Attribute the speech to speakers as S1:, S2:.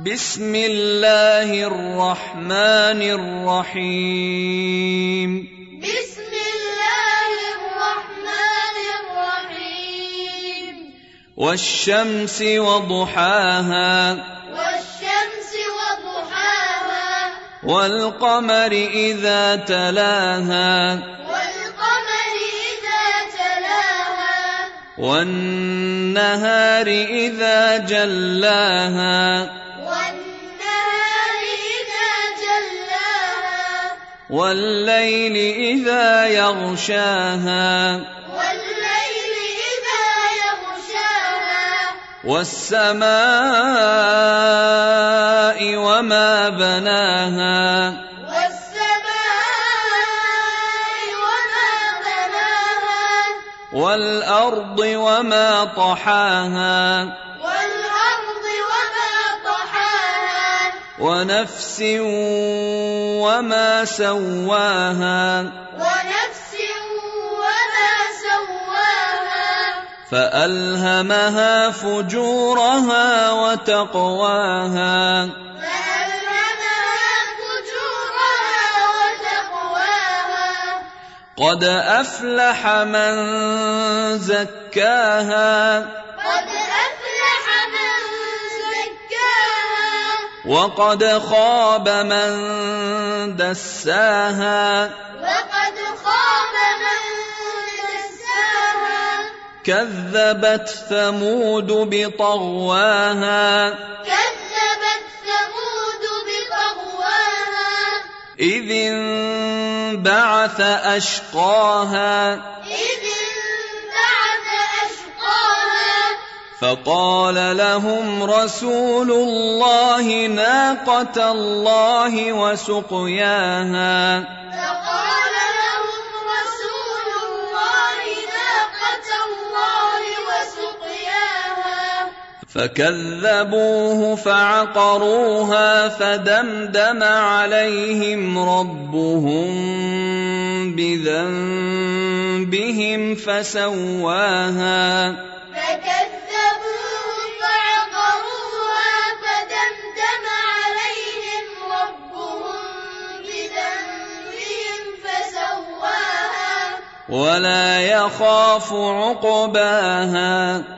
S1: بسم الله الرحمن الرحيم
S2: بسم الله الرحمن الرحيم
S1: والشمس وضحاها
S2: والشمس وضحاها
S1: والقمر إذا تلاها
S2: والقمر إذا تلاها
S1: والنهار إذا جلاها
S2: والنهار إذا جلاها
S1: والليل إذا يغشاها
S2: والليل إذا يغشاها
S1: والسماء وما بناها
S2: والسماء وما بناها
S1: والأرض وما طحاها
S2: والأرض وما طحاها
S1: ونفس وما سواها
S2: ونفس وما سواها
S1: فألهمها فجورها وتقواها
S2: فألهمها فجورها وتقواها
S1: قد أفلح من زكاها
S2: قد أفلح من زكاها
S1: وقد خاب من دساها
S2: وقد خاب من دساها
S1: كذبت ثمود بطغواها
S2: كذبت ثمود بطغواها
S1: إذ انبعث أشقاها
S2: إذ انبعث أشقاها
S1: فقال لهم رسول الله ناقة الله وسقياها
S2: فقال لهم رسول الله ناقة الله وسقياها
S1: فكذبوه فعقروها فدمدم عليهم ربهم بذنبهم فسواها
S2: فكذبوه فعقروها فدمدم عليهم ربهم بذنبهم فسواها
S1: ولا يخاف عقباها